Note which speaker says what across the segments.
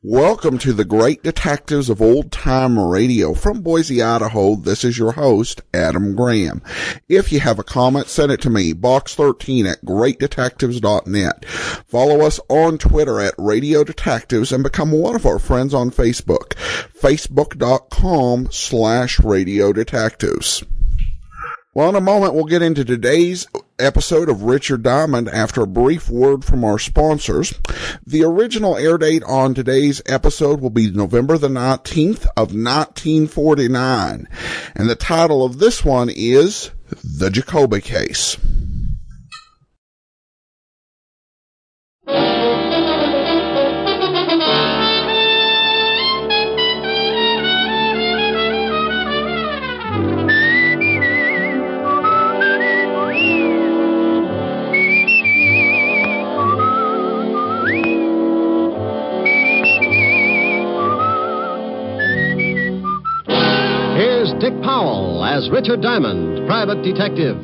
Speaker 1: Welcome to the Great Detectives of Old Time Radio. From Boise, Idaho, this is your host, Adam Graham. If you have a comment, send it to me, box13 at greatdetectives.net. Follow us on Twitter at Radio Detectives and become one of our friends on Facebook, facebook.com slash radio detectives. Well, in a moment, we'll get into today's episode of Richard Diamond after a brief word from our sponsors. The original air date on today's episode will be November the 19th of 1949. And the title of this one is The Jacoby Case.
Speaker 2: Here's Dick Powell as Richard Diamond, private detective.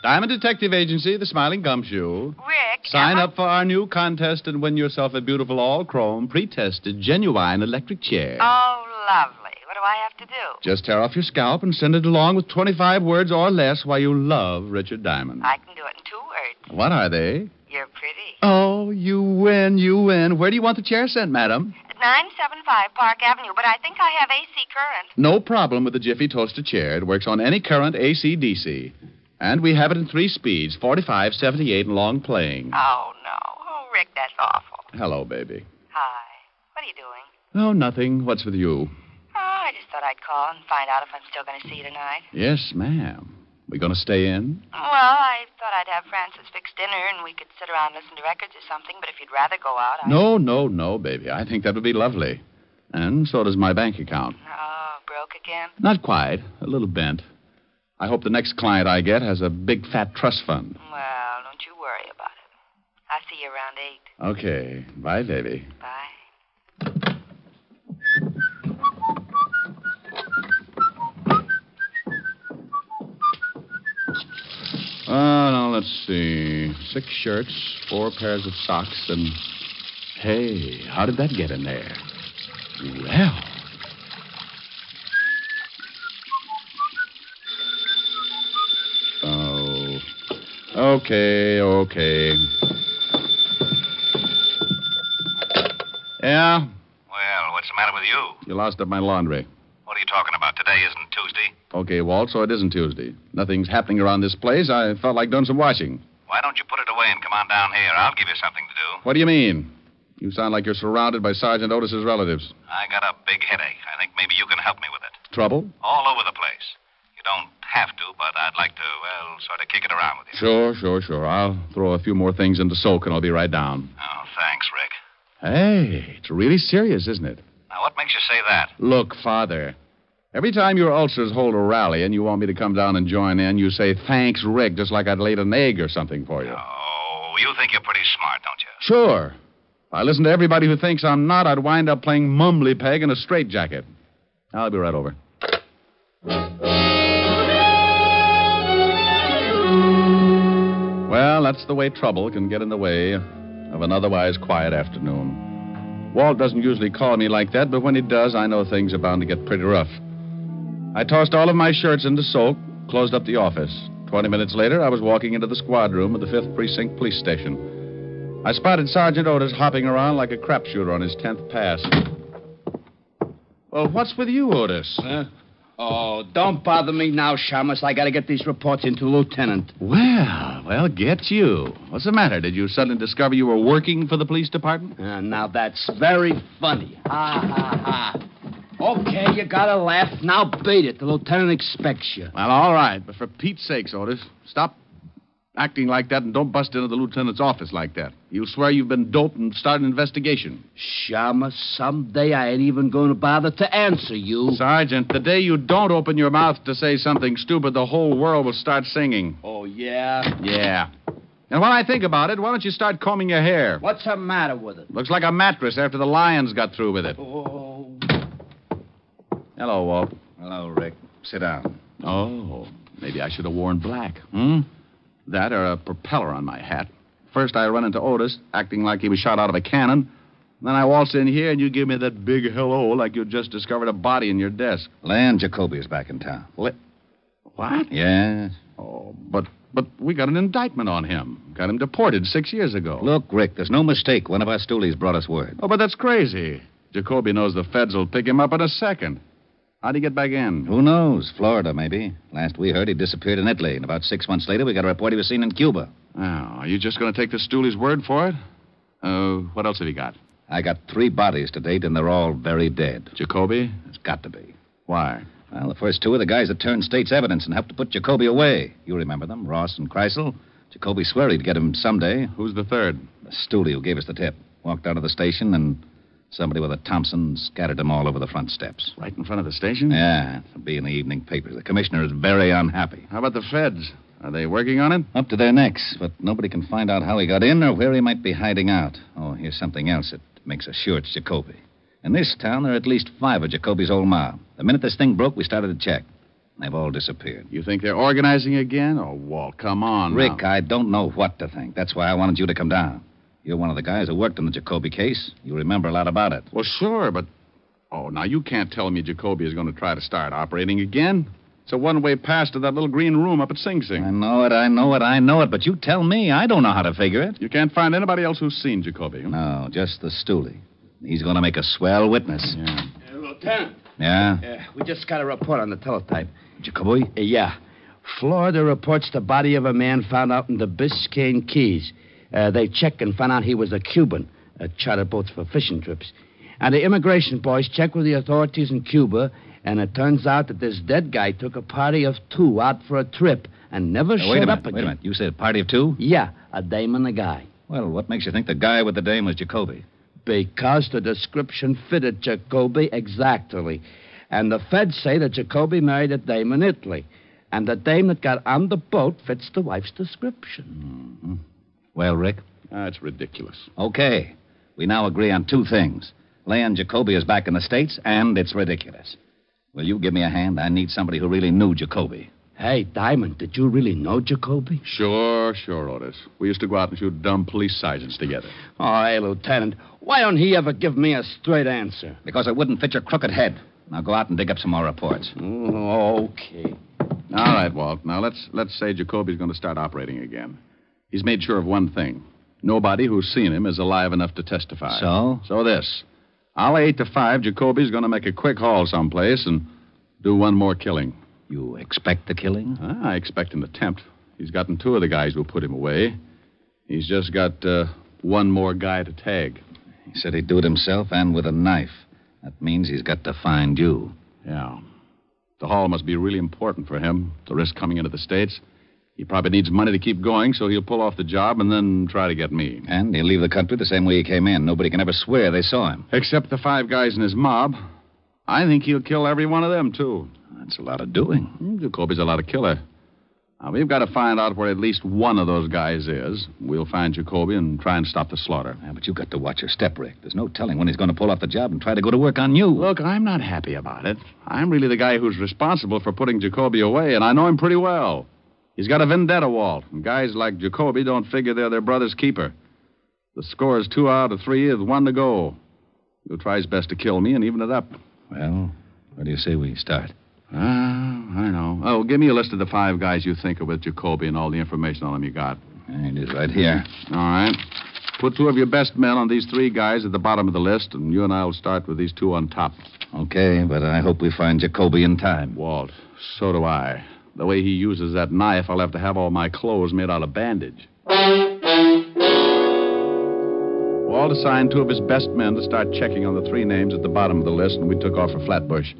Speaker 3: Diamond Detective Agency, the Smiling Gumshoe.
Speaker 4: Rick. uh-huh.
Speaker 3: Sign
Speaker 4: am I-
Speaker 3: up for our new contest and win yourself a beautiful all chrome, pre tested, genuine electric chair.
Speaker 4: Oh, lovely. What do I have to do?
Speaker 3: Just tear off your scalp and send it along with 25 words or less why you love Richard Diamond.
Speaker 4: I can do it in two words.
Speaker 3: What are they?
Speaker 4: You're pretty.
Speaker 3: Oh, you win, you win. Where do you want the chair sent, madam?
Speaker 4: 975 Park Avenue, but I think I have AC current.
Speaker 3: No problem with the Jiffy Toaster chair. It works on any current AC DC. And we have it in three speeds 45, 78, and long playing.
Speaker 4: Oh, no. Oh, Rick, that's awful.
Speaker 3: Hello, baby.
Speaker 4: Hi. What are you doing?
Speaker 3: Oh, nothing. What's with you?
Speaker 4: Oh, I just thought I'd call and find out if I'm still going to see you tonight.
Speaker 3: Yes, ma'am. We gonna stay in?
Speaker 4: Well, I thought I'd have Francis fix dinner and we could sit around and listen to records or something, but if you'd rather go out, I.
Speaker 3: No, no, no, baby. I think that would be lovely. And so does my bank account.
Speaker 4: Oh, broke again?
Speaker 3: Not quite. A little bent. I hope the next client I get has a big fat trust fund.
Speaker 4: Well, don't you worry about it. I'll see you around
Speaker 3: Okay.
Speaker 4: 8.
Speaker 3: Bye, baby.
Speaker 4: Bye.
Speaker 3: Uh, now let's see. Six shirts, four pairs of socks, and hey, how did that get in there? Well. Oh. Okay, okay. Yeah,
Speaker 5: Well, what's the matter with you?
Speaker 3: you lost up my laundry.
Speaker 5: What are you talking about? Today isn't Tuesday.
Speaker 3: Okay, Walt, so it isn't Tuesday. Nothing's happening around this place. I felt like doing some washing.
Speaker 5: Why don't you put it away and come on down here? I'll give you something to do.
Speaker 3: What do you mean? You sound like you're surrounded by Sergeant Otis's relatives.
Speaker 5: I got a big headache. I think maybe you can help me with it.
Speaker 3: Trouble?
Speaker 5: All over the place. You don't have to, but I'd like to, well, sort of kick it around with you.
Speaker 3: Sure, sure, sure. I'll throw a few more things into soak and I'll be right down.
Speaker 5: Oh, thanks, Rick.
Speaker 3: Hey, it's really serious, isn't it?
Speaker 5: Now, what makes you say that?
Speaker 3: Look, Father. Every time your ulcers hold a rally and you want me to come down and join in, you say, thanks, Rick, just like I'd laid an egg or something for you.
Speaker 5: Oh, you think you're pretty smart, don't you?
Speaker 3: Sure. If I listen to everybody who thinks I'm not, I'd wind up playing mumbly peg in a straitjacket. I'll be right over. Well, that's the way trouble can get in the way of an otherwise quiet afternoon. Walt doesn't usually call me like that, but when he does, I know things are bound to get pretty rough. I tossed all of my shirts into soak, closed up the office. Twenty minutes later, I was walking into the squad room of the 5th Precinct Police Station. I spotted Sergeant Otis hopping around like a crapshooter on his tenth pass. Well, what's with you, Otis?
Speaker 6: Oh, don't bother me now, Shamus. I gotta get these reports into Lieutenant.
Speaker 3: Well, well, get you. What's the matter? Did you suddenly discover you were working for the police department?
Speaker 6: Uh, now that's very funny. Ha ha ha. Okay, you gotta laugh. Now beat it. The lieutenant expects you.
Speaker 3: Well, all right, but for Pete's sakes, Otis, stop acting like that and don't bust into the lieutenant's office like that. You'll swear you've been doped and start an investigation.
Speaker 6: Shamus, someday I ain't even gonna bother to answer you.
Speaker 3: Sergeant, the day you don't open your mouth to say something stupid, the whole world will start singing.
Speaker 6: Oh, yeah?
Speaker 3: Yeah. And while I think about it, why don't you start combing your hair?
Speaker 6: What's the matter with it?
Speaker 3: Looks like a mattress after the lions got through with it.
Speaker 6: Oh.
Speaker 3: Hello, Walt.
Speaker 6: Hello, Rick.
Speaker 3: Sit down. Oh. Maybe I should have worn black. Hmm? That or a propeller on my hat. First, I run into Otis, acting like he was shot out of a cannon. Then I waltz in here, and you give me that big hello like you just discovered a body in your desk.
Speaker 5: Land Jacoby is back in town.
Speaker 3: Li- what?
Speaker 5: Yes.
Speaker 3: Oh, but but we got an indictment on him. Got him deported six years ago.
Speaker 5: Look, Rick, there's no mistake. One of our stoolies brought us word.
Speaker 3: Oh, but that's crazy. Jacoby knows the feds will pick him up in a second. How'd he get back in?
Speaker 5: Who knows? Florida, maybe. Last we heard, he disappeared in Italy, and about six months later, we got a report he was seen in Cuba.
Speaker 3: Oh, are you just going to take the stoolie's word for it? Uh, what else have you got?
Speaker 5: I got three bodies to date, and they're all very dead.
Speaker 3: Jacoby?
Speaker 5: It's got to be.
Speaker 3: Why?
Speaker 5: Well, the first two are the guys that turned state's evidence and helped to put Jacoby away. You remember them, Ross and Kreisel. Jacoby swore he'd get him someday.
Speaker 3: Who's the third?
Speaker 5: The stoolie who gave us the tip walked out of the station, and somebody with a Thompson scattered them all over the front steps.
Speaker 3: Right in front of the station?
Speaker 5: Yeah, it'll be in the evening papers. The commissioner is very unhappy.
Speaker 3: How about the feds? Are they working on it?
Speaker 5: Up to their necks, but nobody can find out how he got in or where he might be hiding out. Oh, here's something else that makes us sure it's Jacoby. In this town, there are at least five of Jacoby's old mob. The minute this thing broke, we started to check. They've all disappeared.
Speaker 3: You think they're organizing again? Oh, Walt, come on. now.
Speaker 5: Rick, I don't know what to think. That's why I wanted you to come down. You're one of the guys who worked on the Jacoby case. You remember a lot about it.
Speaker 3: Well, sure, but. Oh, now you can't tell me Jacoby is going to try to start operating again. It's a one way pass to that little green room up at Sing Sing.
Speaker 5: I know it, I know it, I know it, but you tell me. I don't know how to figure it.
Speaker 3: You can't find anybody else who's seen Jacoby.
Speaker 5: No, just the stoolie. He's going to make a swell witness.
Speaker 3: Yeah.
Speaker 6: Uh, Lieutenant,
Speaker 5: Yeah?
Speaker 6: uh, we just got a report on the teletype.
Speaker 5: Jacoby?
Speaker 6: Uh, yeah. Florida reports the body of a man found out in the Biscayne Keys. Uh, they checked and found out he was a Cuban, uh, charter boats for fishing trips. And the immigration boys checked with the authorities in Cuba, and it turns out that this dead guy took a party of two out for a trip and never
Speaker 5: Now,
Speaker 6: showed
Speaker 5: wait a
Speaker 6: up
Speaker 5: minute.
Speaker 6: again.
Speaker 5: Wait a minute. You said a party of two?
Speaker 6: Yeah, a dame and a guy.
Speaker 5: Well, what makes you think the guy with the dame was Jacoby?
Speaker 6: Because the description fitted Jacoby exactly. And the feds say that Jacoby married a dame in Italy. And the dame that got on the boat fits the wife's description.
Speaker 5: Well, Rick,
Speaker 3: That's Ah, ridiculous.
Speaker 5: okay. We now agree on two things. Land Jacoby is back in the States, and it's ridiculous. Will you give me a hand? I need somebody who really knew Jacoby.
Speaker 6: Hey, Diamond, did you really know Jacoby?
Speaker 3: Sure, sure, Otis. We used to go out and shoot dumb police sergeants together.
Speaker 6: Oh, hey, Lieutenant, why don't he ever give me a straight answer?
Speaker 5: Because it wouldn't fit your crooked head. Now go out and dig up some more reports.
Speaker 6: Oh, okay.
Speaker 3: All right, Walt. Now let's let's say Jacoby's going to start operating again. He's made sure of one thing: nobody who's seen him is alive enough to testify.
Speaker 5: So?
Speaker 3: So this, I'll eight to five. Jacoby's going to make a quick haul someplace and do one more killing.
Speaker 5: You expect the killing?
Speaker 3: Ah, I expect an attempt. He's gotten two of the guys who put him away. He's just got uh, one more guy to tag.
Speaker 5: He said he'd do it himself and with a knife. That means he's got to find you.
Speaker 3: Yeah. The haul must be really important for him, the risk coming into the States. He probably needs money to keep going, so he'll pull off the job and then try to get me.
Speaker 5: And he'll leave the country the same way he came in. Nobody can ever swear they saw him.
Speaker 3: Except the five guys in his mob. I think he'll kill every one of them, too.
Speaker 5: That's a lot of doing.
Speaker 3: Hmm, Jacoby's a lot of killer. Now, we've got to find out where at least one of those guys is. We'll find Jacoby and try and stop the slaughter.
Speaker 5: Yeah, but you got to watch your step, Rick. There's no telling when he's going to pull off the job and try to go to work on you.
Speaker 3: Look, I'm not happy about it. I'm really the guy who's responsible for putting Jacoby away, and I know him pretty well. He's got a vendetta, Walt, and guys like Jacoby don't figure they're their brother's keeper. The score is two out of three with one to go. He'll try his best to kill me and even it up.
Speaker 5: Well, where do you say we start?
Speaker 3: Ah, I know. Oh, give me a list of the five guys you think are with Jacoby and all the information on them you got.
Speaker 5: It is right here.
Speaker 3: All right. Put two of your best men on these three guys at the bottom of the list, and you and I will start with these two on top.
Speaker 5: Okay, but I hope we find Jacoby in time.
Speaker 3: Walt, so do I. The way he uses that knife, I'll have to have all my clothes made out of bandage. Walt assigned two of his best men to start checking on the three names at the bottom of the list, and we took off for Flatbush.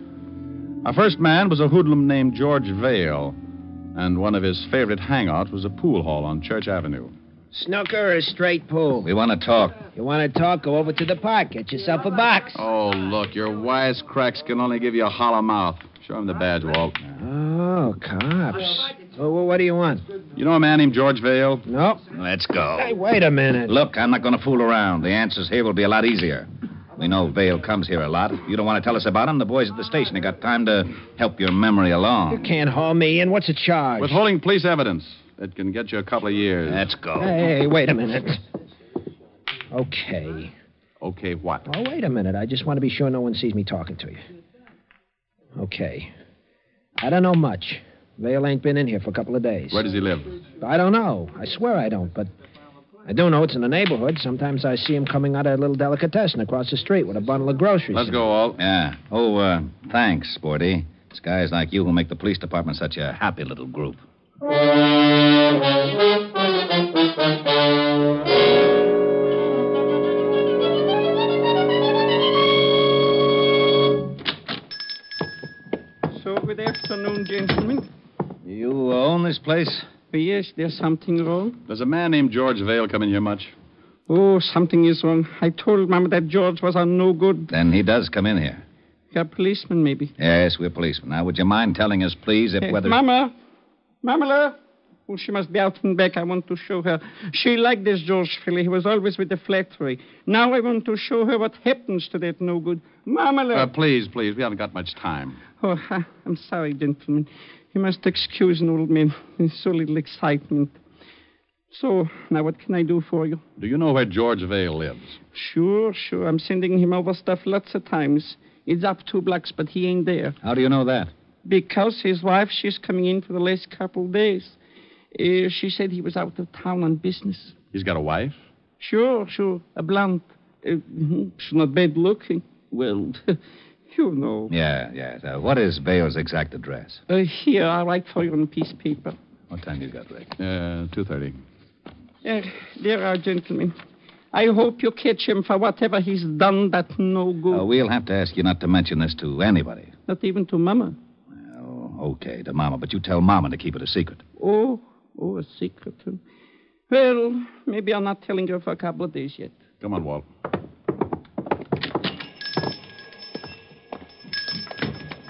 Speaker 3: Our first man was a hoodlum named George Vale, and one of his favorite hangouts was a pool hall on Church Avenue.
Speaker 7: Snooker or straight pool?
Speaker 5: We want to talk.
Speaker 7: You want to talk? Go over to the park. Get yourself a box.
Speaker 3: Oh, look, your wise cracks can only give you a hollow mouth. Show him the badge, Walt.
Speaker 7: Oh, cops. Well, well, what do you want?
Speaker 3: You know a man named George Vale?
Speaker 7: No.
Speaker 5: Let's go.
Speaker 7: Hey, wait a minute.
Speaker 5: Look, I'm not going to fool around. The answers here will be a lot easier. We know Vale comes here a lot. If you don't want to tell us about him, the boys at the station have got time to help your memory
Speaker 7: You
Speaker 5: along.
Speaker 7: can't haul me in. What's the charge?
Speaker 3: Withholding police evidence. It can get you a couple of years.
Speaker 5: Let's go.
Speaker 7: Hey, wait a minute. Okay.
Speaker 3: Okay, what?
Speaker 7: Oh, wait a minute. I just want to be sure no one sees me talking to you. Okay. I don't know much. Vale ain't been in here for a couple of days.
Speaker 3: Where does he live?
Speaker 7: I don't know. I swear I don't, but I do know it's in the neighborhood. Sometimes I see him coming out of a little delicatessen across the street with a bundle of groceries.
Speaker 3: Let's go, Alt.
Speaker 5: Yeah. Oh, uh, thanks, Sporty. It's guys like you who make the police department such a happy little group.
Speaker 8: So, good afternoon, gentlemen.
Speaker 5: You own this place?
Speaker 8: Yes, there's something wrong.
Speaker 3: Does a man named George Vale come in here much?
Speaker 8: Oh, something is wrong. I told Mama that George was a no good.
Speaker 5: Then he does come in here.
Speaker 8: A policeman, maybe.
Speaker 5: Yes, we're policemen. Now, would you mind telling us, please, if
Speaker 8: Eh,
Speaker 5: whether.
Speaker 8: Mama! Mamala! Oh, she must be out and back. I want to show her. She liked this George Philly. He was always with the flattery. Now I want to show her what happens to that no good.
Speaker 3: Uh,
Speaker 8: Mamala!
Speaker 3: please, please. We haven't got much time.
Speaker 8: oh, ha, I'm sorry, gentlemen. You must excuse an old man. There's so little excitement. So, now what can I do for you?
Speaker 3: Do you know where George Vale lives?
Speaker 8: Sure, sure. I'm sending him over stuff lots of times. It's up two blocks, but he ain't there.
Speaker 5: How do you know that?
Speaker 8: Because his wife, she's coming in for the last couple of days. Uh, she said he was out of town on business.
Speaker 3: He's got a wife.
Speaker 8: Sure, sure. A blonde. Uh, mhm, she's not bad looking. Well, you know.
Speaker 5: Yeah, yeah. Uh, what is Vale's exact address?
Speaker 8: Uh, here, I'll write for you on a piece of paper.
Speaker 5: What time you got, Rick?
Speaker 3: Uh, two thirty.
Speaker 8: There, Uh, there are gentlemen. I hope you catch him for whatever he's done that no good.
Speaker 5: Uh, we'll have to ask you not to mention this to anybody.
Speaker 8: Not even to Mama.
Speaker 5: Oh, okay, to Mama, but you tell Mama to keep it a secret.
Speaker 8: Oh, oh, a secret. huh? Well, maybe I'm not telling her for a couple of days yet.
Speaker 3: Come on, Walt.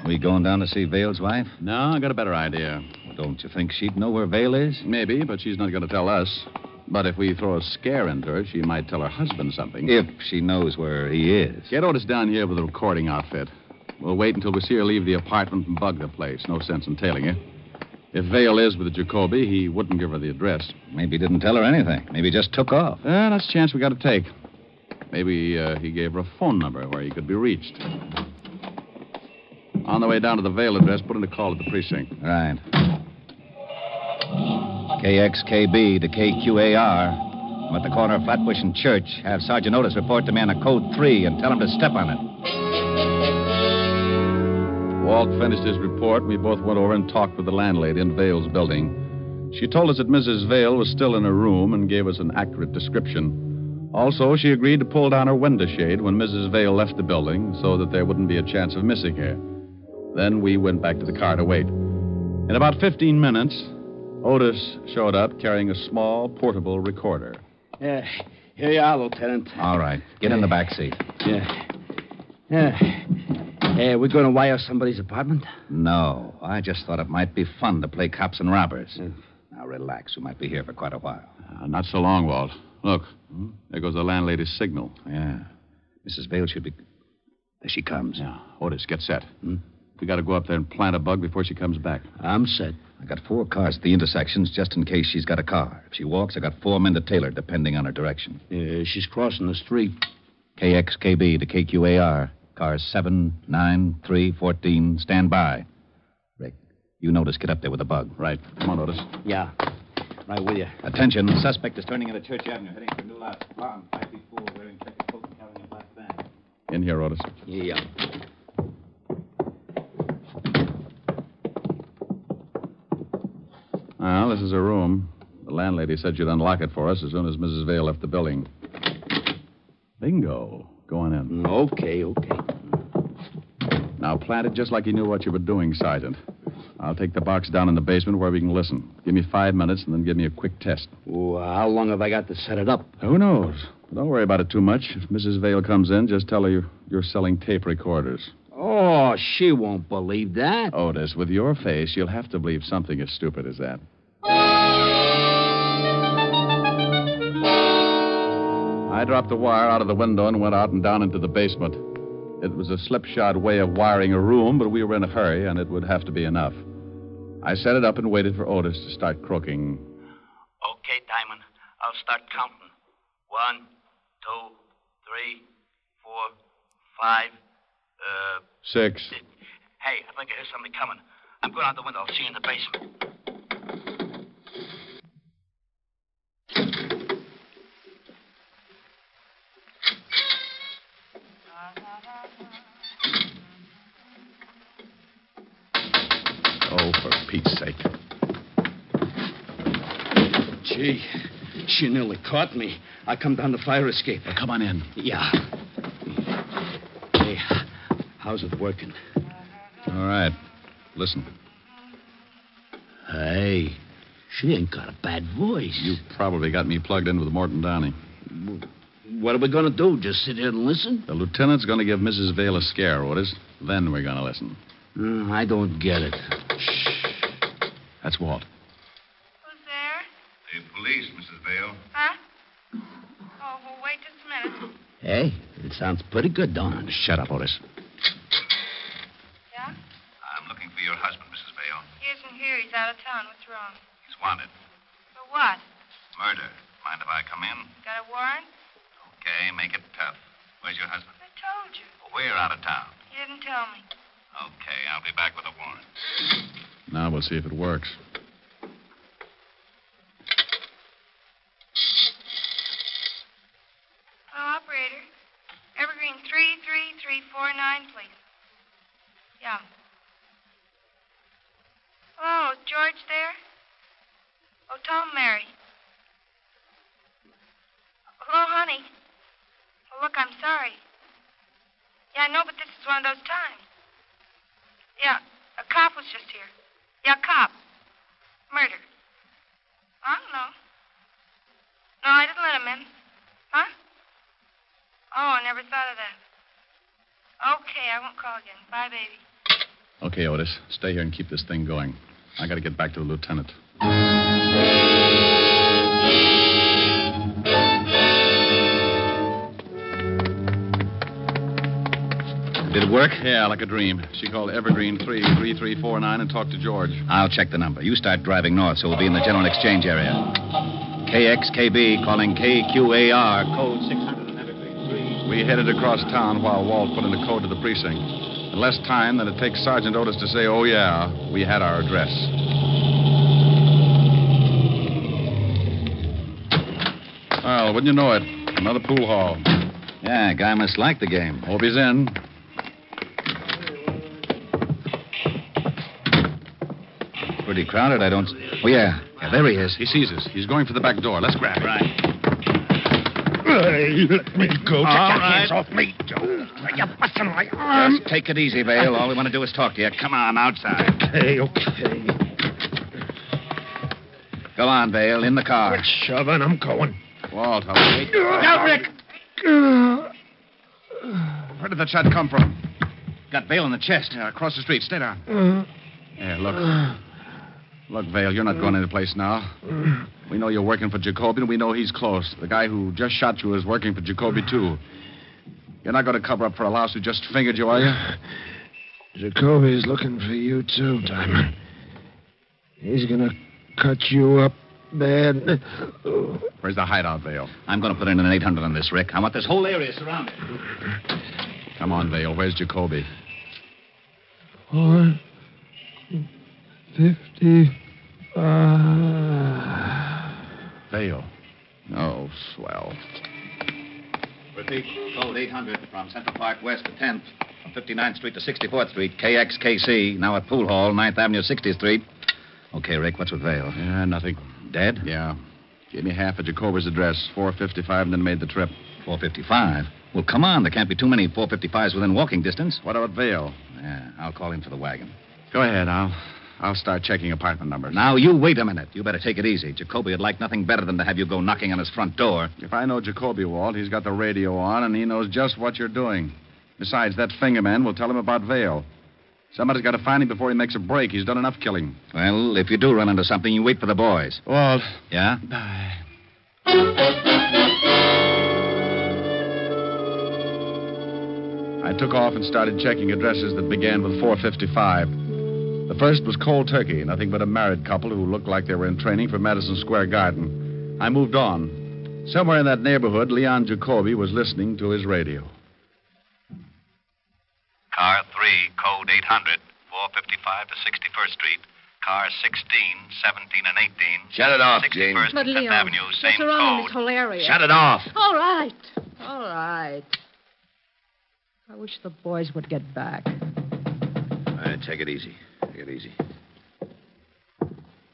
Speaker 5: We going down to see Vale's wife?
Speaker 3: No, I got a better idea.
Speaker 5: Don't you think she'd know where Vale is?
Speaker 3: Maybe, but she's not going to tell us. But if we throw a scare into her, she might tell her husband something.
Speaker 5: If she knows where he is.
Speaker 3: Get Otis down here with the recording outfit. We'll wait until we see her leave the apartment and bug the place. No sense in tailing her. If Vale is with Jacoby, he wouldn't give her the address.
Speaker 5: Maybe he didn't tell her anything. Maybe he just took off.
Speaker 3: Uh, that's a chance we got to take. Maybe uh, he gave her a phone number where he could be reached. On the way down to the Vale address, put in a call at the precinct.
Speaker 5: Right. KXKB to KQAR. I'm at the corner of Flatbush and Church. Have Sergeant Otis report to me on a code three and tell him to step on it.
Speaker 3: Walt finished his report. We both went over and talked with the landlady in Vale's building. She told us that Mrs. Vale was still in her room and gave us an accurate description. Also, she agreed to pull down her window shade when Mrs. Vale left the building so that there wouldn't be a chance of missing her. Then we went back to the car to wait. In about 15 minutes, Otis showed up carrying a small portable recorder.
Speaker 6: Yeah. Here you are, Lieutenant.
Speaker 5: All right. Get in the back seat.
Speaker 6: Yeah. Yeah. Hey, we're going to wire somebody's apartment?
Speaker 5: No, I just thought it might be fun to play cops and robbers. Now relax. We might be here for quite a while. Hmm?
Speaker 3: Uh, not so long, Walt. Look, there goes the landlady's signal.
Speaker 5: Yeah. Mrs. Vale should be. There she comes. Hmm?
Speaker 3: Yeah, Otis, get set. We got to go up there and plant a bug before she comes back.
Speaker 6: I'm set.
Speaker 5: I got four cars at the intersections just in case she's got a car. If she walks, I got four men to tailor, depending on her direction.
Speaker 6: Yeah, she's crossing the street.
Speaker 5: KXKB to KQAR. Cars 7, 9, 3, 14. Stand by. Rick, you notice get up there with a bug.
Speaker 3: Right. Come on, Otis.
Speaker 6: Yeah. Right with you.
Speaker 5: Attention, suspect is turning into Church Avenue, heading for New Lot. Blonde, 5 feet 4, wearing checkered coat and carrying a black bag.
Speaker 3: In here, Otis.
Speaker 6: Yeah.
Speaker 3: Well, this is her room. The landlady said she'd unlock it for us as soon as Mrs. Vale left the building. Bingo. Go on in.
Speaker 6: Okay, okay.
Speaker 3: Now plant it just like you knew what you were doing, Sergeant. I'll take the box down in the basement where we can listen. Give me five minutes and then give me a quick test.
Speaker 6: Well, uh, how long have I got to set it up?
Speaker 3: Who knows? Don't worry about it too much. If Mrs. Vale comes in, just tell her you're, you're selling tape recorders.
Speaker 6: Oh, she won't believe that.
Speaker 3: Otis, with your face, you'll have to believe something as stupid as that. I I dropped the wire out of the window and went out and down into the basement. It was a slipshod way of wiring a room, but we were in a hurry, and it would have to be enough. I set it up and waited for Otis to start croaking.
Speaker 6: Okay, Diamond. I'll start counting. One, two, three, four, five. Uh,
Speaker 3: Six.
Speaker 6: hey, I think I hear something coming. I'm going out the window. I'll see you in the basement.
Speaker 3: Oh, for Pete's sake.
Speaker 6: Oh, Gee, she nearly caught me. I come down the fire escape.
Speaker 3: Well, come on in.
Speaker 6: Yeah. Hey, how's it working?
Speaker 3: All right. Listen,
Speaker 6: Hey, she ain't got a bad voice.
Speaker 3: you probably got me plugged in with Morton Downey.
Speaker 6: What are we going to do? Just sit here and listen?
Speaker 3: The lieutenant's going to give Mrs. Vale a scare, Otis. Then we're going to listen.
Speaker 6: Mm, I don't get it.
Speaker 3: That's Walt.
Speaker 4: Who's there?
Speaker 5: The police, Mrs. Vale.
Speaker 4: Huh? Oh, well, wait just a minute.
Speaker 6: Hey, it sounds pretty good, don't it?
Speaker 3: Shut up, Otis.
Speaker 4: Yeah?
Speaker 5: I'm looking for your husband, Mrs. Vale.
Speaker 4: He isn't here. He's out of town. What's wrong?
Speaker 5: He's wanted.
Speaker 4: For what?
Speaker 5: Murder. Mind if I come in?
Speaker 4: Got a warrant?
Speaker 5: Okay, make it tough. Where's your husband?
Speaker 4: I told you.
Speaker 5: We're out of town.
Speaker 4: You didn't tell me.
Speaker 5: Okay, I'll be back with a warrant.
Speaker 3: Now we'll see if it works.
Speaker 4: Hello, operator. Evergreen 33349, please. Yeah. Hello, is George there? Oh, tell Mary. Hello, honey. Oh, look, I'm sorry. Yeah, I know, but this is one of those times. Yeah, a cop was just here. Yeah, a cop. Murder. I don't know. No, I didn't let him in. Huh? Oh, I never thought of that. Okay, I won't call again. Bye, baby.
Speaker 3: Okay, Otis, stay here and keep this thing going. I got to get back to the lieutenant.
Speaker 5: Did it work?
Speaker 3: Yeah, like a dream. She called Evergreen 33349 and talked to George.
Speaker 5: I'll check the number. You start driving north, so we'll be in the general exchange area. KXKB calling KQAR, code 600 and Evergreen Street.
Speaker 3: We headed across town while Walt put in the code to the precinct. In less time than it takes Sergeant Otis to say, oh, yeah, we had our address. Well, wouldn't you know it? Another pool hall.
Speaker 5: Yeah, guy must like the game.
Speaker 3: Hope he's in.
Speaker 5: Pretty crowded, I don't. Oh, yeah. Yeah, there he is.
Speaker 3: He sees us. He's going for the back door. Let's grab him. Right.
Speaker 5: Go take your hands off me, Joe. You're busting my arm. Just take it easy, Vale. All we want to do is talk to you. Come on, outside.
Speaker 9: Hey, okay.
Speaker 5: Go on, Vale, in the car.
Speaker 9: Shoving, I'm going.
Speaker 3: Walt, I'll wait.
Speaker 5: Now, Rick!
Speaker 3: Where did that shot come from?
Speaker 5: Got Vale in the chest.
Speaker 3: Yeah, across the street. Stay down.
Speaker 5: Uh-huh.
Speaker 3: Yeah, look. Look, Vale, you're not going anyplace now. We know you're working for Jacoby, and we know he's close. The guy who just shot you is working for Jacoby, too. You're not going to cover up for a louse who just fingered you, are you?
Speaker 9: Jacoby's looking for you, too, Diamond. He's gonna cut you up bad.
Speaker 3: Where's the hideout, Vale?
Speaker 5: I'm going to put in an 800 on this, Rick. I want this whole area surrounded.
Speaker 3: Come on, Vale. Where's Jacoby?
Speaker 9: Four. Fifty-five.
Speaker 3: Vale. Oh, swell.
Speaker 5: Repeat, code 800 from Central Park West to 10th, from 59th Street to 64th Street, KXKC, now at Pool Hall, 9th Avenue, 60th Street. Okay, Rick, what's with Vale?
Speaker 3: Yeah, nothing.
Speaker 5: Dead?
Speaker 3: Yeah. Gave me half of Jacoby's address, 455, and then made the trip.
Speaker 5: 455. Well, come on, there can't be too many 455s within walking distance.
Speaker 3: What about Vale?
Speaker 5: Yeah, I'll call in for the wagon.
Speaker 3: Go ahead. I'll, I'll start checking apartment numbers.
Speaker 5: Now, you wait a minute. You better take it easy. Jacoby would like nothing better than to have you go knocking on his front door.
Speaker 3: If I know Jacoby, Walt, he's got the radio on and he knows just what you're doing. Besides, that finger man will tell him about Vale. Somebody's got to find him before he makes a break. He's done enough killing.
Speaker 5: Well, if you do run into something, you wait for the boys.
Speaker 3: Walt.
Speaker 5: Yeah?
Speaker 3: Bye. I took off and started checking addresses that began with 455. The first was cold turkey, nothing but a married couple who looked like they were in training for Madison Square Garden. I moved on. Somewhere in that neighborhood, Leon Jacoby was listening to his radio.
Speaker 5: Car 3, code 800, 455 to 61st Street. Car 16, 17, and 18.
Speaker 10: Shut it off,
Speaker 5: 61st
Speaker 10: Jane.
Speaker 5: and
Speaker 11: But Leo,
Speaker 5: Fifth Avenue,
Speaker 11: what's
Speaker 5: same
Speaker 11: wrong
Speaker 5: code.
Speaker 11: is hilarious.
Speaker 10: Shut it off.
Speaker 11: All right, all right. I wish the boys would get back.
Speaker 10: All right, take it easy. Take it easy.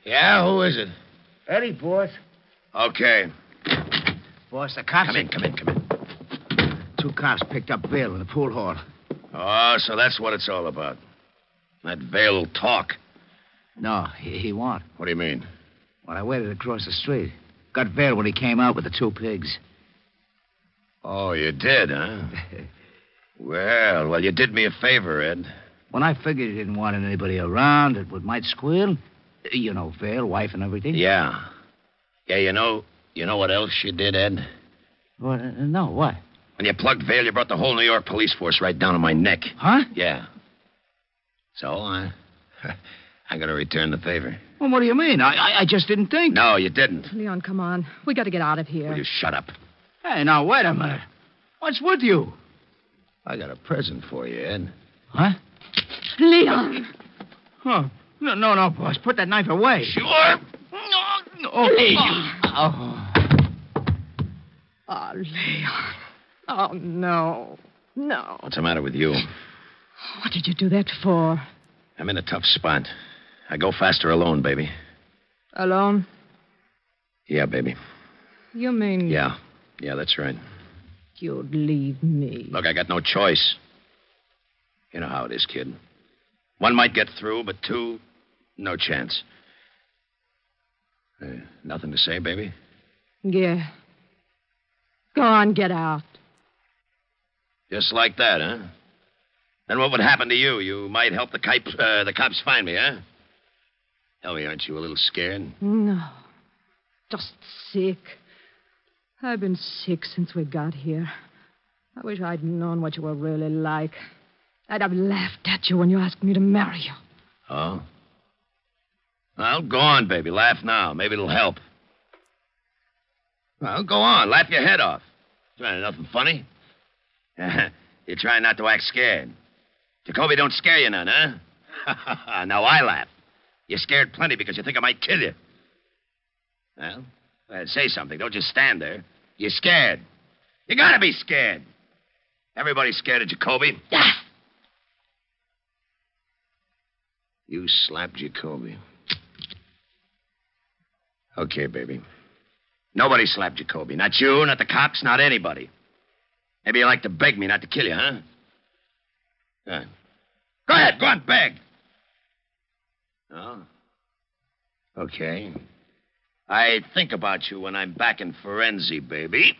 Speaker 10: Yeah, who is it?
Speaker 12: Eddie, boss.
Speaker 10: Okay.
Speaker 12: Boss, the cops.
Speaker 10: Come in, come in, come in.
Speaker 12: Two cops picked up Bill in the pool hall.
Speaker 10: Oh, so that's what it's all about. That Vale talk.
Speaker 12: No, he, he won't.
Speaker 10: What do you mean?
Speaker 12: Well, I waited across the street. Got Bill when he came out with the two pigs.
Speaker 10: Oh, you did, huh? well, well, you did me a favor, Ed.
Speaker 12: When I figured he didn't want anybody around, it would might squeal. You know, Vale, wife and everything.
Speaker 10: Yeah. Yeah, you know, you know what else you did, Ed?
Speaker 12: Well, uh, no, what?
Speaker 10: When you plugged Vale, you brought the whole New York police force right down on my neck.
Speaker 12: Huh?
Speaker 10: Yeah. So I, I got to return the favor.
Speaker 12: Well, what do you mean? I, I, I just didn't think.
Speaker 10: No, you didn't.
Speaker 11: Leon, come on. We got to get out of here.
Speaker 10: Will you shut up?
Speaker 12: Hey, now, wait a minute. What's with you?
Speaker 10: I got a present for you, Ed.
Speaker 12: Huh? Leon! Oh, no, no, no, boss. Put that knife away.
Speaker 10: Sure.
Speaker 12: No, no.
Speaker 11: Leon.
Speaker 12: Oh.
Speaker 11: Oh, Leon. Oh, no. No.
Speaker 10: What's the matter with you?
Speaker 11: What did you do that for?
Speaker 10: I'm in a tough spot. I go faster alone, baby.
Speaker 11: Alone?
Speaker 10: Yeah, baby.
Speaker 11: You mean
Speaker 10: Yeah. Yeah, that's right.
Speaker 11: you'd leave me?
Speaker 10: Look, I got no choice. You know how it is, kid. One might get through, but two, no chance. Uh, nothing to say, baby?
Speaker 11: Yeah. Go on, get out.
Speaker 10: Just like that, huh? Then what would happen to you? You might help the, kip- uh, the cops find me, huh? Tell me, aren't you a little scared?
Speaker 11: No. Just sick. I've been sick since we got here. I wish I'd known what you were really like. I'd have laughed at you when you asked me to marry you.
Speaker 10: Oh? Well, go on, baby. Laugh now. Maybe it'll help. Well, go on. Laugh your head off. There ain't nothing funny. You're trying not to act scared. Jacoby don't scare you none, huh? now I laugh. You're scared plenty because you think I might kill you. Well, well, say something. Don't just stand there. You're scared. You gotta be scared. Everybody's scared of Jacoby. You slapped Jacoby. Okay, baby. Nobody slapped Jacoby. Not you, not the cops, not anybody. Maybe you like to beg me not to kill you, huh? Go ahead. Go ahead, go on, beg. Oh? Okay. I think about you when I'm back in Forenzi, baby.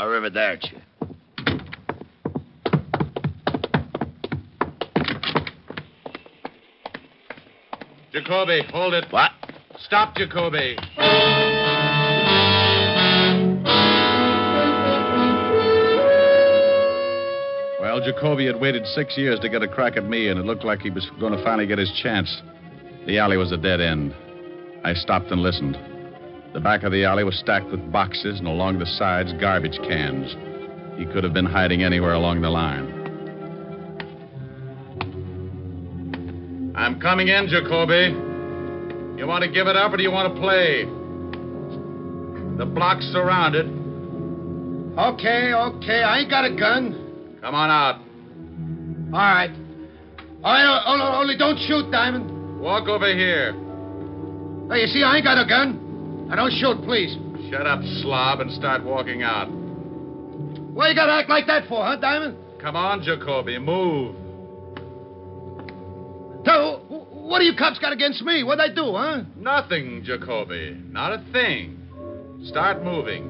Speaker 10: Arrivederci.
Speaker 3: Jacoby, hold it.
Speaker 10: What?
Speaker 3: Stop, Jacoby. Well, Jacoby had waited six years to get a crack at me, and it looked like he was going to finally get his chance. The alley was a dead end. I stopped and listened. The back of the alley was stacked with boxes, and along the sides, garbage cans. He could have been hiding anywhere along the line. I'm coming in, Jacoby. You want to give it up or do you want to play? The block's surrounded.
Speaker 10: Okay, okay. I ain't got a gun.
Speaker 3: Come on out.
Speaker 10: All right. I oh, only don't shoot, Diamond.
Speaker 3: Walk over here.
Speaker 10: Hey, you see, I ain't got a gun. I don't shoot, please.
Speaker 3: Shut up, slob, and start walking out.
Speaker 10: Why you gotta act like that for, huh, Diamond?
Speaker 3: Come on, Jacoby, move.
Speaker 10: Tell, what do you cops got against me? What'd I do, huh?
Speaker 3: Nothing, Jacoby. Not a thing. Start moving.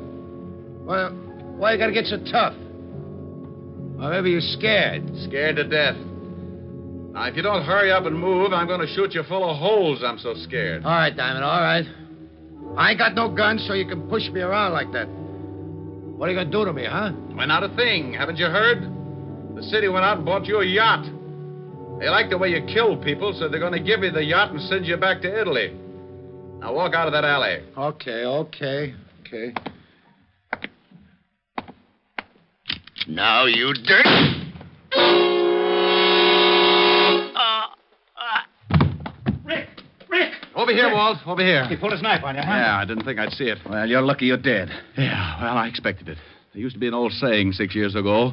Speaker 10: Well, why you gotta get so tough? Or maybe you're scared.
Speaker 3: Scared to death. Now, if you don't hurry up and move, I'm going to shoot you full of holes. I'm so scared.
Speaker 10: All right, Diamond, all right.
Speaker 13: I ain't got no gun, so you can push me around like that. What are you gonna do to me, huh?
Speaker 3: Went not a thing. Haven't you heard? The city went out and bought you a yacht. They like the way you kill people, so they're going to give you the yacht and send you back to Italy. Now walk out of that alley.
Speaker 13: Okay, okay, okay.
Speaker 10: Now you dirt.
Speaker 13: Uh, Rick!
Speaker 14: Over here, Walt. Over here.
Speaker 5: He pulled his knife on you, huh?
Speaker 14: Yeah, I didn't think I'd see it. Well, you're lucky you're dead. Yeah, well, I expected it. There used to be an old saying six years ago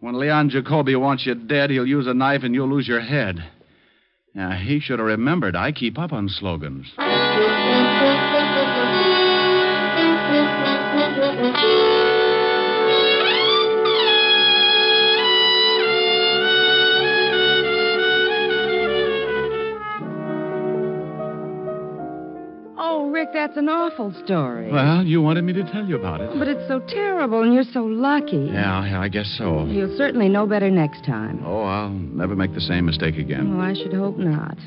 Speaker 14: when Leon Jacoby wants you dead, he'll use a knife and you'll lose your head. Now, he should have remembered I keep up on slogans.
Speaker 15: Oh, Rick, that's an awful story.
Speaker 14: Well, you wanted me to tell you about it.
Speaker 15: But it's so terrible, and you're so lucky.
Speaker 14: Yeah, yeah, I guess so.
Speaker 15: You'll certainly know better next time.
Speaker 14: Oh, I'll never make the same mistake again.
Speaker 15: Oh, I should hope not.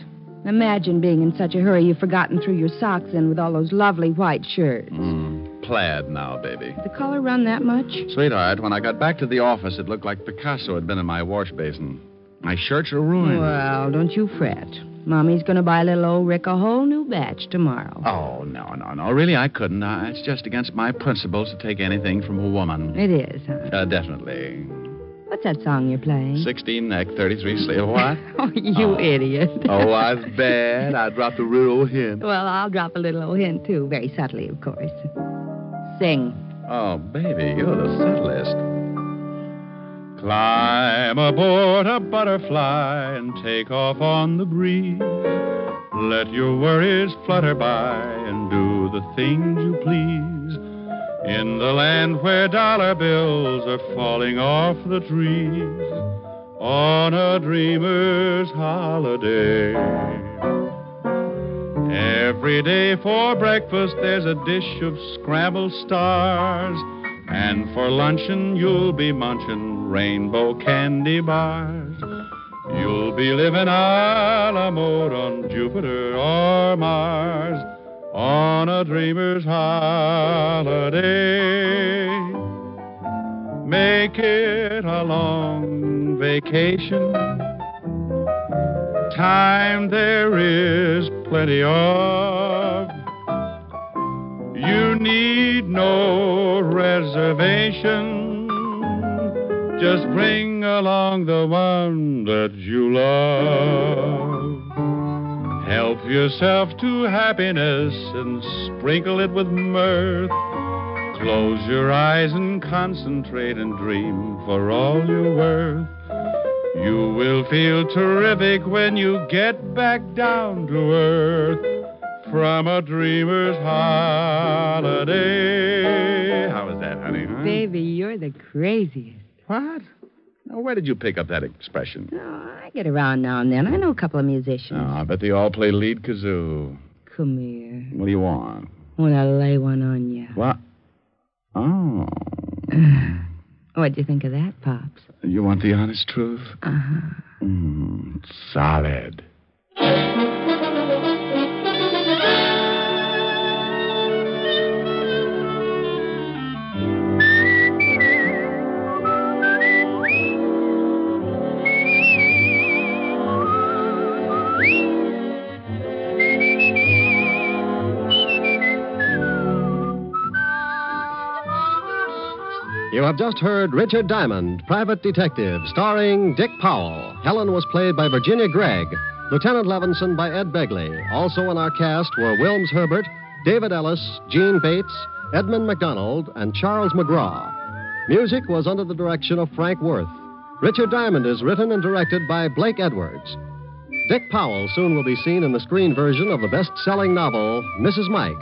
Speaker 15: Imagine being in such a hurry you've forgotten through your socks in with all those lovely white shirts.
Speaker 14: Hmm, Plaid now, baby.
Speaker 15: The color run that much?
Speaker 14: Sweetheart, when I got back to the office, it looked like Picasso had been in my wash basin. My shirts are ruined.
Speaker 15: Well, don't you fret. Mommy's going to buy little old Rick a whole new batch tomorrow.
Speaker 14: Oh, no, no, no. Really, I couldn't. I, it's just against my principles to take anything from a woman.
Speaker 15: It is, huh?
Speaker 14: Uh, definitely.
Speaker 15: What's that song you're playing?
Speaker 14: 16 neck, 33 sleeve. What?
Speaker 15: Oh, you idiot.
Speaker 14: oh, I've bad. I dropped a rural hint.
Speaker 15: Well, I'll drop a little hint, too, very subtly, of course. Sing.
Speaker 14: Oh, baby, you're the subtlest. Climb aboard a butterfly and take off on the breeze. Let your worries flutter by and do the things you please. In the land where dollar bills are falling off the trees, on a dreamer's holiday. Every day for breakfast there's a dish of scrambled stars, and for luncheon you'll be munching rainbow candy bars. You'll be living a la mode on Jupiter or Mars on a dreamer's holiday. Make it a long vacation. Time there is plenty of. You need no reservation. Just bring along the one that you love. Help yourself to happiness and sprinkle it with mirth. Close your eyes and concentrate and dream for all you're worth. You will feel terrific when you get back down to earth from a dreamer's holiday. How is that, honey? huh?
Speaker 15: Baby, you're the craziest.
Speaker 14: What? Now, where did you pick up that expression?
Speaker 15: Oh, I get around now and then. I know a couple of musicians.
Speaker 14: Oh, I bet they all play lead kazoo.
Speaker 15: Come here.
Speaker 14: What do you want?
Speaker 15: Want to lay one on you.
Speaker 14: What? Oh,
Speaker 15: What'd you think of that, Pops?
Speaker 14: you want the honest truth?
Speaker 15: Uh-huh.
Speaker 14: Mm, solid.
Speaker 2: You have just heard Richard Diamond, Private Detective, starring Dick Powell. Helen was played by Virginia Gregg, Lieutenant Levinson by Ed Begley. Also in our cast were Wilms Herbert, David Ellis, Gene Bates, Edmund McDonald, and Charles McGraw. Music was under the direction of Frank Worth. Richard Diamond is written and directed by Blake Edwards. Dick Powell soon will be seen in the screen version of the best selling novel, Mrs. Mike.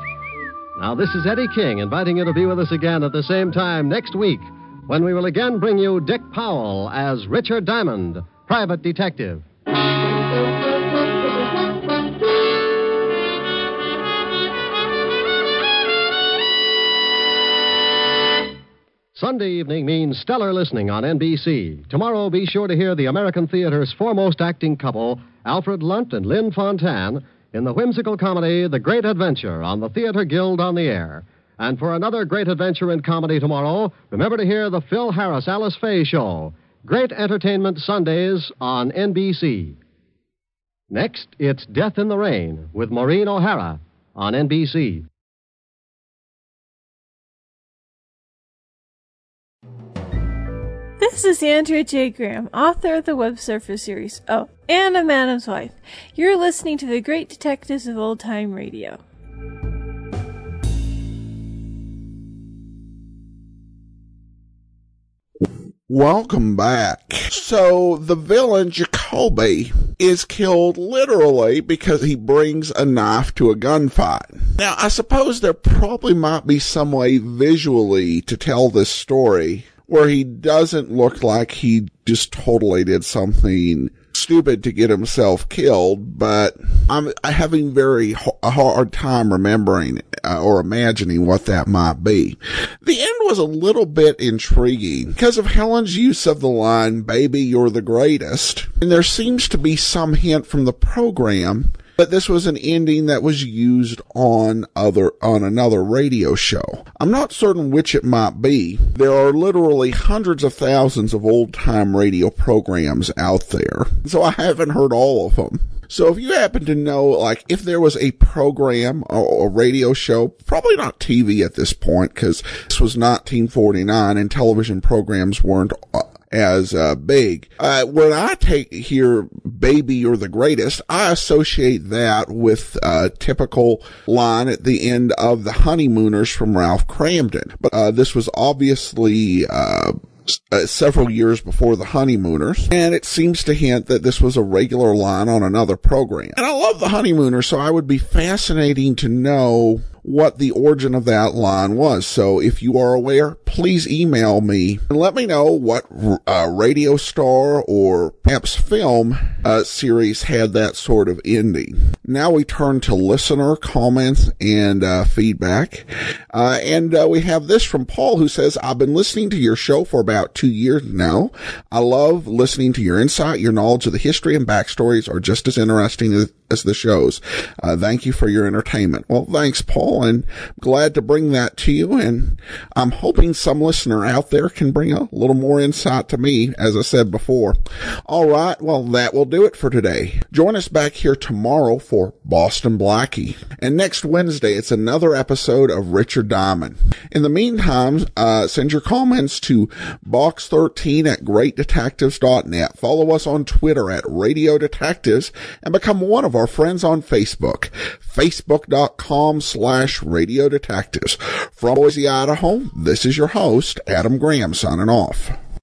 Speaker 2: Now, this is Eddie King inviting you to be with us again at the same time next week when we will again bring you Dick Powell as Richard Diamond, private detective. Sunday evening means stellar listening on NBC. Tomorrow, be sure to hear the American theater's foremost acting couple, Alfred Lunt and Lynn Fontanne, in the whimsical comedy The Great Adventure on the Theater Guild on the Air. And for another great adventure in comedy tomorrow, remember to hear the Phil Harris Alice Faye Show. Great entertainment Sundays on NBC. Next, it's Death in the Rain with Maureen O'Hara on NBC.
Speaker 16: This is Andrea J. Graham, author of the Web Surfer series. Oh, and a Madam's Wife. You're listening to the Great Detectives of Old Time Radio.
Speaker 1: Welcome back. So the villain Jacoby is killed literally because he brings a knife to a gunfight. Now I suppose there probably might be some way visually to tell this story where he doesn't look like he just totally did something stupid to get himself killed, but I'm, I'm having very h- a hard time remembering uh, or imagining what that might be. The end was a little bit intriguing because of Helen's use of the line, baby, you're the greatest. And there seems to be some hint from the program but this was an ending that was used on other on another radio show. I'm not certain which it might be. There are literally hundreds of thousands of old-time radio programs out there. So I haven't heard all of them. So if you happen to know, like, if there was a program or a radio show, probably not TV at this point, because this was 1949 and television programs weren't uh, as uh, big. Uh, when I take here, baby, you're the greatest, I associate that with a typical line at the end of the honeymooners from Ralph Cramden. But uh, this was obviously. Uh, uh, several years before the honeymooners, and it seems to hint that this was a regular line on another program. And I love the honeymooners, so I would be fascinating to know what the origin of that line was. So if you are aware, please email me and let me know what uh, radio star or perhaps film uh, series had that sort of ending. Now we turn to listener comments and uh, feedback. Uh, and uh, we have this from Paul who says, I've been listening to your show for about two years now. I love listening to your insight. Your knowledge of the history and backstories are just as interesting as, as the shows. Uh, thank you for your entertainment. Well, thanks, Paul, and I'm glad to bring that to you. And I'm hoping some listener out there can bring a little more insight to me, as I said before. All right. Well, that will do it for today. Join us back here tomorrow for Boston Blackie. And next Wednesday, it's another episode of Richard Diamond. In the meantime, uh, send your comments to box13 at greatdetectives.net. Follow us on Twitter at Radio Detectives and become one of our friends on Facebook. Facebook.com slash Radio Detectives. From Boise, Idaho, this is your host, Adam Graham, signing off.